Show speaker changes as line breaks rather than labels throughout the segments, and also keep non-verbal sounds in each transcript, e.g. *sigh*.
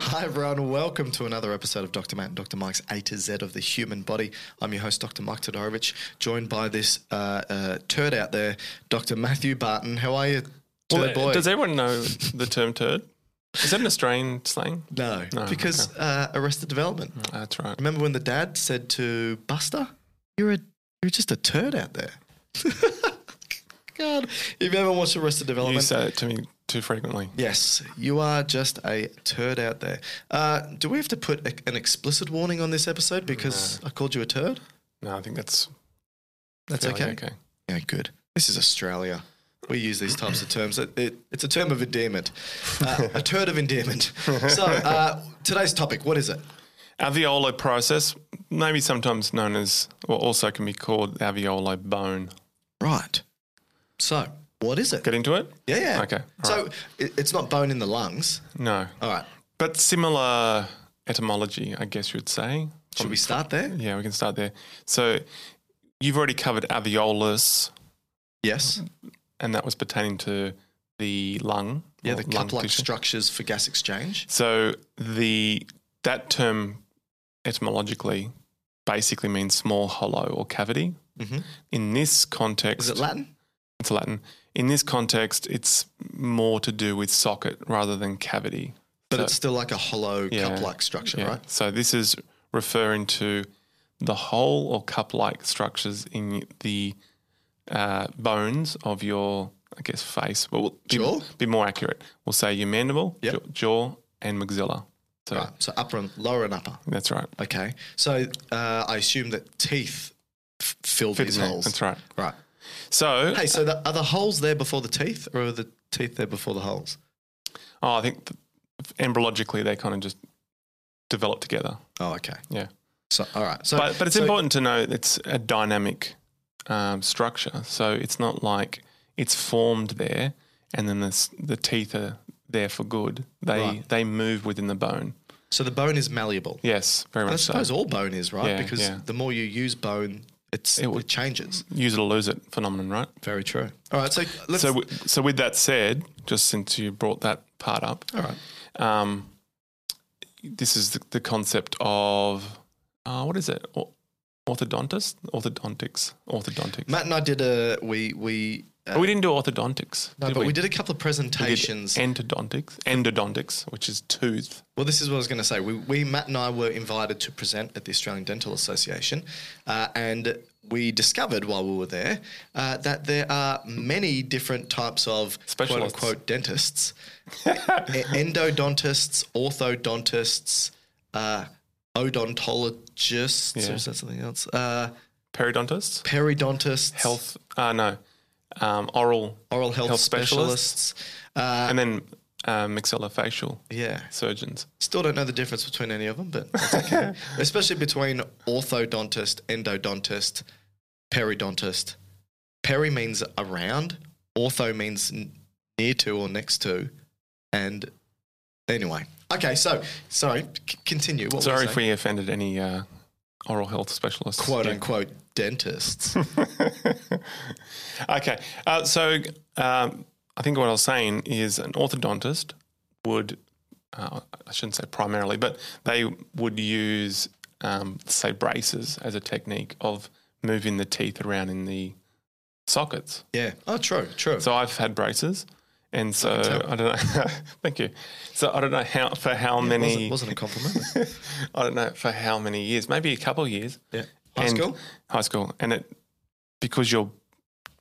Hi, everyone. Welcome to another episode of Dr. Matt and Dr. Mike's A to Z of the human body. I'm your host, Dr. Mike Todorovich, joined by this uh, uh, turd out there, Dr. Matthew Barton. How are you, turd
Well,
boy?
Does everyone know the term turd? Is that an Australian slang?
no,
No,
because uh, Arrested Development.
That's right.
Remember when the dad said to Buster, "You're a, you're just a turd out there." *laughs* God, if you ever watched Arrested
You
Development,
say it to me too frequently.
yes, you are just a turd out there. Uh, do we have to put a, an explicit warning on this episode because I called you a turd?
No, I think that's
That's
fairly
okay. Yeah, good. This is Australia. We use these types of terms. It, it, it's a term of endearment, uh,
*laughs*
a turd of endearment. So uh, today's topic, what is it?
Alveolar process, maybe sometimes known as, or also can be called alveolar bone.
Right. So what is it?
Get into it?
Yeah, yeah.
Okay, all
So it, it's not bone in the lungs.
No.
All right.
But similar etymology, I guess you'd say.
Should we start there?
Yeah, we can start there. So you've already covered alveolus,
Yes.
and that was pertaining to the lung.
Yeah,
or
the
lung
cup-like
tissue.
structures for gas exchange.
So the that term etymologically basically means small hollow or cavity.
hmm
In this context,
Is it Latin?
It's Latin. In this context, it's more to do with socket rather than cavity.
But
So-
it's still like a hollow
Yeah.
cup-like structure,
Yeah.
right?
So this is referring to the hole or cup-like structures in the uh, bones of your, I guess, face. Well, be,
Jaw?
be more accurate. We'll say your mandible,
Yep.
jaw, jaw, and maxilla. So
Right. So upper and lower and upper.
that's right.
Okay. So uh, I assume that teeth f- fill
Fit
these
in there.
holes.
That's right.
Right.
So
Hey, so the, are the holes there before the teeth, or are the teeth there before the holes?
Oh, I think th- embryologically they kind of just develop together.
Oh, okay.
Yeah,
So all right. So
but but it's
so-
important to know it's a dynamic um, structure, so it's not like it's formed there and then the s- the teeth are there for good. They
Right.
they move within the bone.
So the bone is malleable.
Yes, very
And I
much
suppose
so.
all bone is right
Yeah,
because
yeah.
the more you use bone, it's
It
it,
would-
changes.
Use it or lose it phenomenon, right?
Very true. All right. So let's.
So w- so with that said, just since you brought that part up,
all right.
um, this is the, the concept of uh, what is it? Or- Orthodontist, orthodontics, orthodontics.
Matt and I did a we we. Uh,
Oh, we didn't do orthodontics.
no,
did
but we?
we
did a couple of
We did
presentations.
Endodontics, endodontics, which is tooth.
Well, this is what I was going to say. We, we, Matt and I were invited to present at the Australian Dental Association, uh, and we discovered while we were there uh, that there are many different types of quote
Specialists.
unquote
*laughs*
dentists E- endodontists, orthodontists, uh, odontologists, or
Yeah.
is that something else? Uh,
Periodontists,
periodontists,
health. Uh, no, um, oral,
oral health,
health
specialists.
specialists.
Uh,
and then um, maxillofacial
yeah.
surgeons.
Still don't know the difference between any of them, but that's okay. especially between orthodontist, endodontist, periodontist. Peri means around, ortho means n- near to or next to, and anyway. Okay, so sorry, c- continue. What were
Sorry
you
if
saying?
we offended any uh, oral health specialists.
quote
Yeah.
unquote
*laughs*
dentists.
Okay. Uh, so um, I think what I was saying is an orthodontist would, uh, I shouldn't say primarily, but they would use, um, say, braces as a technique of moving the teeth around in the sockets.
yeah. Oh, true, true.
So I've had braces. And so
can tell.
I don't know. *laughs* thank you. So I don't know how for how many.
wasn't, wasn't a
*laughs*
compliment.
I don't know for how many years. Maybe a couple of years
yeah. High
and-
school?
high school, and it because you're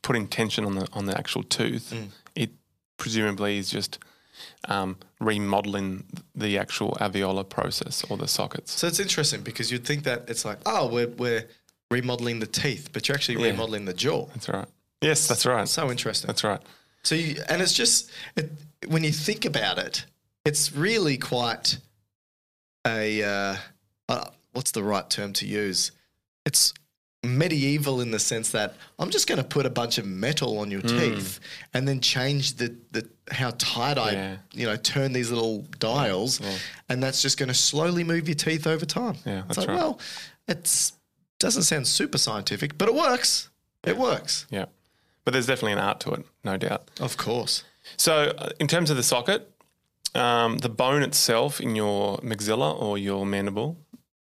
putting tension on the on the actual tooth,
Mm.
it presumably is just um, remodeling the actual alveolar process or the sockets.
So it's interesting because you'd think that it's like, oh, we're, we're remodeling the teeth, but you're actually
Yeah.
remodeling the jaw.
That's right. Yes, that's right.
So interesting.
That's right.
So you, and it's just it, when you think about it, it's really quite a uh, uh, what's the right term to use? It's medieval in the sense that I'm just going to put a bunch of metal on
Hmm.
your teeth and then change the, the how tight I
Yeah.
you know turn these little dials, and that's just going to slowly move your teeth over time.
Yeah,
it's
that's
like
right.
well, it doesn't sound super scientific, but it works. It works,
Yeah, but there's definitely an art to it, no doubt.
of course.
So uh, in terms of the socket, um, the bone itself in your maxilla or your mandible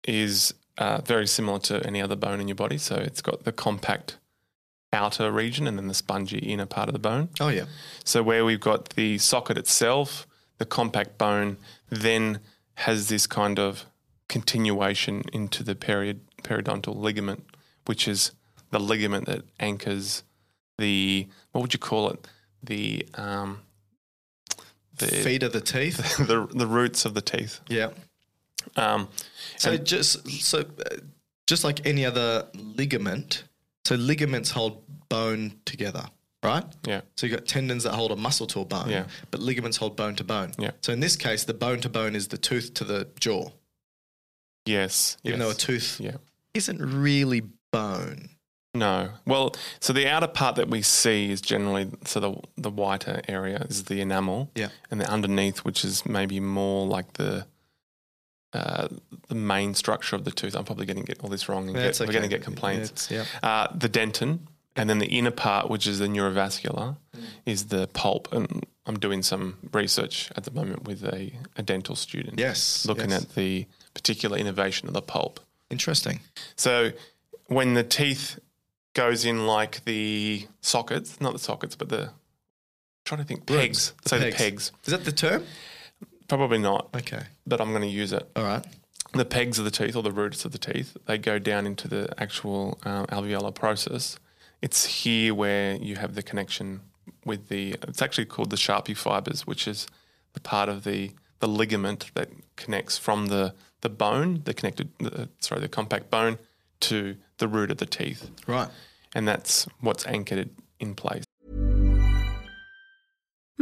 is uh, very similar to any other bone in your body. So it's got the compact outer region and then the spongy inner part of the bone.
Oh yeah.
So where we've got the socket itself, the compact bone, then has this kind of continuation into the period, periodontal ligament, which is the ligament that anchors the what would you call it? The um, the
feet of the teeth.
*laughs* the, the roots of the teeth.
yeah.
Um,
So
and-
just so uh, just like any other ligament, so ligaments hold bone together, right?
yeah,
So you've got tendons that hold a muscle to a bone,
Yeah.
but ligaments hold bone to bone.
Yeah.
So in this case, the bone to bone is the tooth to the jaw,
yes,
even though a
yes.
tooth
yeah.
isn't really bone.
No. Well, so the outer part that we see is generally so the the whiter area is the enamel,
Yeah.
and the underneath, which is maybe more like the uh, the main structure of the tooth. I'm probably going to get all this wrong, and get,
That's
we're going to
okay.
get complaints.
It's- yeah.
Uh, the dentin, and then the inner part, which is the neurovascular,
Mm.
is the pulp. And I'm doing some research at the moment with a, a dental student.
Yes,
looking
yes.
at the particular innovation of the pulp.
Interesting.
So when the teeth goes in like the sockets, not the sockets, but the trying to think pegs.
The
so the pegs,
Is that the term?
probably not,
Okay.
but I'm going to use it.
All right.
The pegs of the teeth or the roots of the teeth, they go down into the actual um, alveolar process. It's here where you have the connection with the. It's actually called the Sharpie fibers, which is the part of the the ligament that connects from the the bone, the connected, the, sorry, the compact bone to the root of the teeth
Right.
and that's what's anchored in place.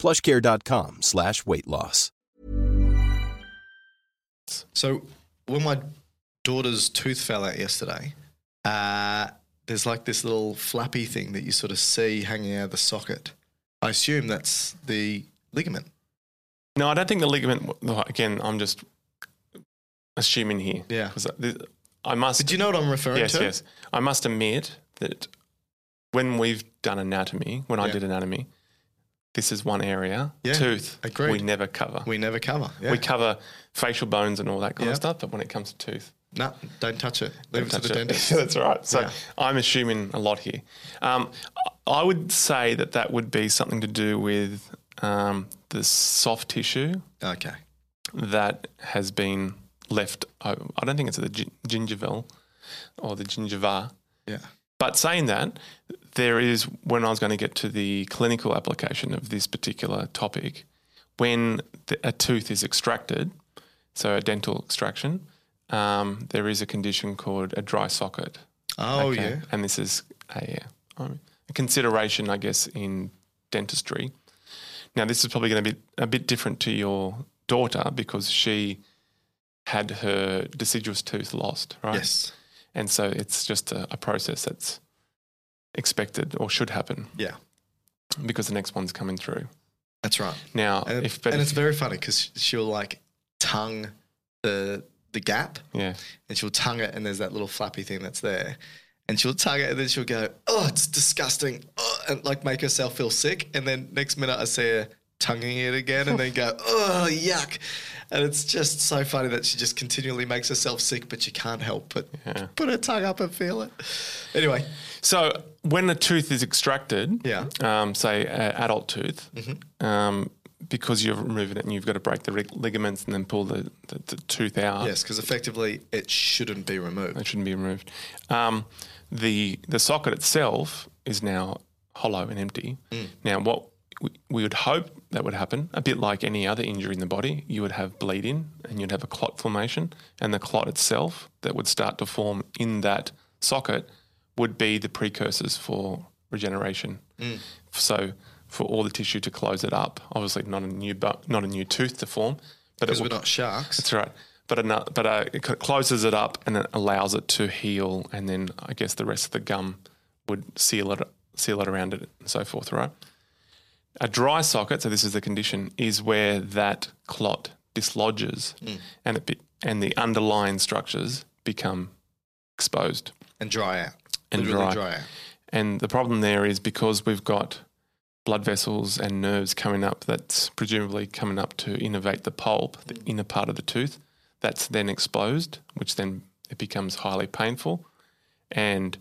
plushcare.com slash weight loss.
So when my daughter's tooth fell out yesterday, uh, there's like this little flappy thing that you sort of see hanging out of the socket. I assume that's the ligament.
No, I don't think the ligament. no, Again, I'm just assuming here.
Yeah.
'Cause th- I must.
Did you know what I'm referring
yes,
to?
yes. I must admit that when we've done anatomy, when I
Yeah.
did anatomy, this is one area.
Yeah,
Tooth.
agreed.
We never cover.
We never cover. Yeah.
We cover facial bones and all that kind
Yeah.
of stuff, but when it comes to tooth,
No, don't touch it. Leave it to
touch
the
it.
dentist.
*laughs* That's right. So
Yeah.
I'm assuming a lot here. Um, I would say that that would be something to do with um, the soft tissue
Okay.
that has been left. I I don't think it's the gi- gingival or the gingiva.
Yeah.
But saying that, there is when I was going to get to the clinical application of this particular topic, when the, a tooth is extracted, so a dental extraction, um, there is a condition called a dry socket.
Oh
Okay?
yeah.
and this is a, yeah, I mean, a consideration, I guess, in dentistry. Now, this is probably going to be a bit different to your daughter because she had her deciduous tooth lost, right?
Yes.
And so it's just a, a process that's expected or should happen
Yeah.
because the next one's coming through.
That's right.
Now,
And,
Oh, if but
and
if-
it's very funny because she'll like tongue the the gap,
yeah,
and she'll tongue it, and there's that little flappy thing that's there, and she'll tongue it, and then she'll go, "Oh, it's disgusting," oh, and like make herself feel sick, and then next minute I see her tonguing it again, and then
*laughs*
go, "Oh, yuck," and it's just so funny that she just continually makes herself sick, but she can't help but put her tongue up and feel it. Anyway,
so when a tooth is extracted,
Yeah. Mm-hmm.
um, say an adult tooth, um, because you're removing it and you've got to break the rig- ligaments and then pull the, the, the tooth out.
yes, because effectively it shouldn't be removed.
That shouldn't be removed. Um, the the socket itself is now hollow and empty.
Hmm.
Now, what we, we would hope that would happen, a bit like any other injury in the body, you would have bleeding and you'd have a clot formation, and the clot itself that would start to form in that socket would be the precursors for regeneration.
Hmm.
So, for all the tissue to close it up, obviously not a new bu- not a new tooth to form, but it
Because
will
we're not sharks.
that's right. But ano- but uh, it c- closes it up and it allows it to heal, and then I guess the rest of the gum would seal it seal it around it and so forth, right? A dry socket, so this is the condition, is where that clot dislodges, and it be, and the underlying structures become exposed.
and dry out.
And
Literally
dry.
dry out.
And the problem there is because we've got blood vessels and nerves coming up, that's presumably coming up to innervate the pulp, the inner part of the tooth. That's then exposed, which then it becomes highly painful and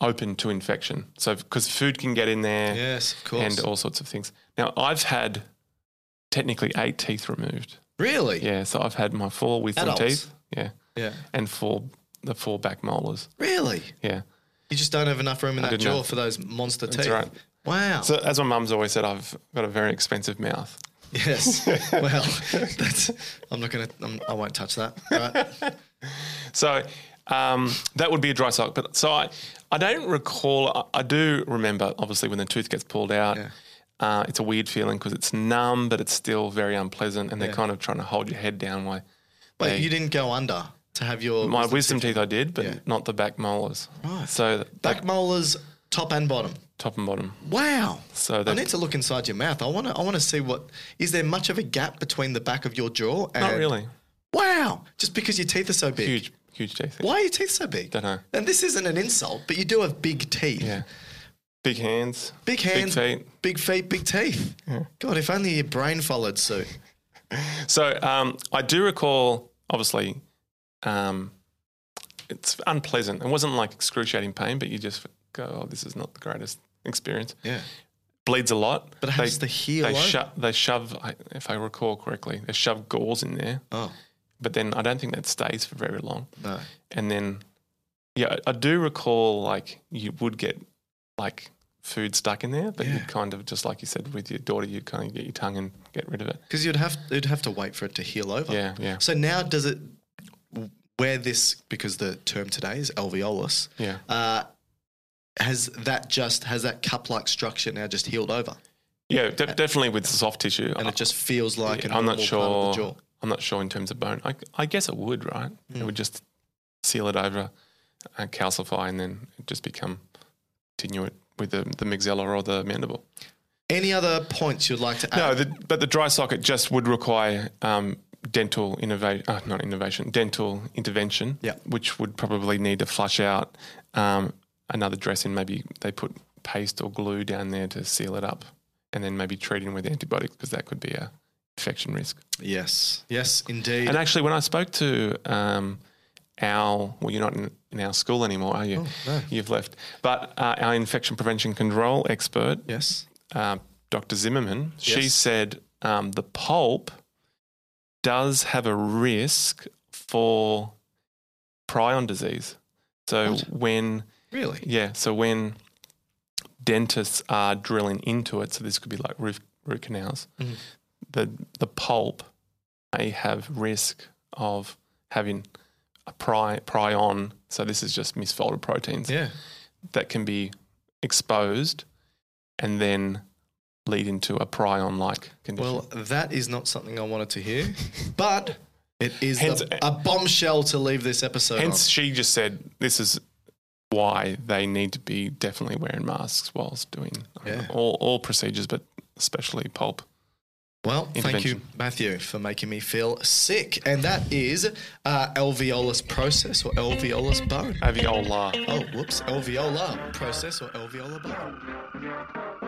open to infection. So, because food can get in there
Yes, of course.
and all sorts of things. Now, I've had technically eight teeth removed.
really?
Yeah, so I've had my four wisdom
Adults?
teeth. Yeah,
Yeah.
and four the four back molars.
Really?
Yeah.
You just don't have enough room in
I
that
didn't
jaw
have-
for those monster
That's
teeth.
right.
Wow.
So, as my mum's always said, I've got a very expensive mouth. *laughs*
yes. well, that's, I'm not gonna. I'm, I won't touch that. Right?
So um, that would be a dry sock. But so I, I don't recall. I, I do remember, obviously, when the tooth gets pulled out.
Yeah.
Uh, it's a weird feeling because it's numb, but it's still very unpleasant, and they're kind of trying to hold your head down. Why?
Wait,
They-
you didn't go under to have your
My wisdom teeth I did, but
Yeah.
not the back molars.
Right.
So
back
back
molars, top and bottom.
top and bottom.
Wow.
So
I
that-
need to look inside your mouth. I want to. I want to see what is there much of a gap between the back of your jaw and
Not really
Wow. Just because your teeth are so big.
huge, huge teeth.
Why are your teeth so big?
Dunno.
And this isn't an insult, but you do have big teeth.
Yeah. Big hands.
Big hands,
Big feet.
big, feet, big teeth. God, if only your brain followed suit.
So um, I do recall, obviously, um, it's unpleasant. It wasn't like excruciating pain, but you just go, "Oh, this is not the greatest experience."
Yeah.
Bleeds a lot.
But how does the heel
They,
open?
sho- they shove, I- if I recall correctly, they shove gauze in there.
Oh,
But then I don't think that stays for very long.
no.
And then, yeah, I I do recall like you would get like food stuck in there, but
Yeah.
you kind of just like you said with your daughter, you kind of get your tongue and get rid of it.
Because you'd have you'd have to wait for it to heal over.
Yeah, yeah.
So now does it where this because the term today is alveolus.
Yeah.
Uh, has that just has that cup like structure now just healed over
Yeah, de- definitely with soft tissue.
and it just feels like
Yeah,
a
I'm not
normal
sure.
part of the jaw. Hmm.
I'm not sure in terms of bone. I, I guess it would, right? It would just seal it over, uh, calcify, and then it just become tenuate with the, the maxilla or the mandible.
Any other points you'd like to add?
No, the, but the dry socket just would require um, dental innovation, uh, not innovation, dental intervention,
Yeah.
which would probably need to flush out um, another dressing. Maybe they put paste or glue down there to seal it up, and then maybe treating with antibiotics because that could be a infection risk.
Yes. Yes, indeed.
And actually, when I spoke to um, our, well, you're not in, in our school anymore, are
Oh,
you? You've left. But uh, our infection prevention control expert,
Yes.
uh, Dr. Zimmerman, she
Yes.
said um, the pulp does have a risk for prion disease. So
What?
when
Really?
yeah, so when dentists are drilling into it, so this could be like root, root canals,
Mhm.
the the pulp may have risk of having a pry prion. So this is just misfolded proteins
Yeah.
that can be exposed and then lead into a prion like condition.
Well, that is not something I wanted to hear, but it is
Hence-
the- a bombshell to leave this episode.
Hence, she just said this is why they need to be definitely wearing masks whilst doing I don't know,
Yeah.
all, all procedures, but especially pulp.
on. Well, thank you, Matthew, for making me feel sick. And that is uh, alveolus process or alveolus bone.
Aviola.
Oh, whoops, alveolar process or alveolar bone.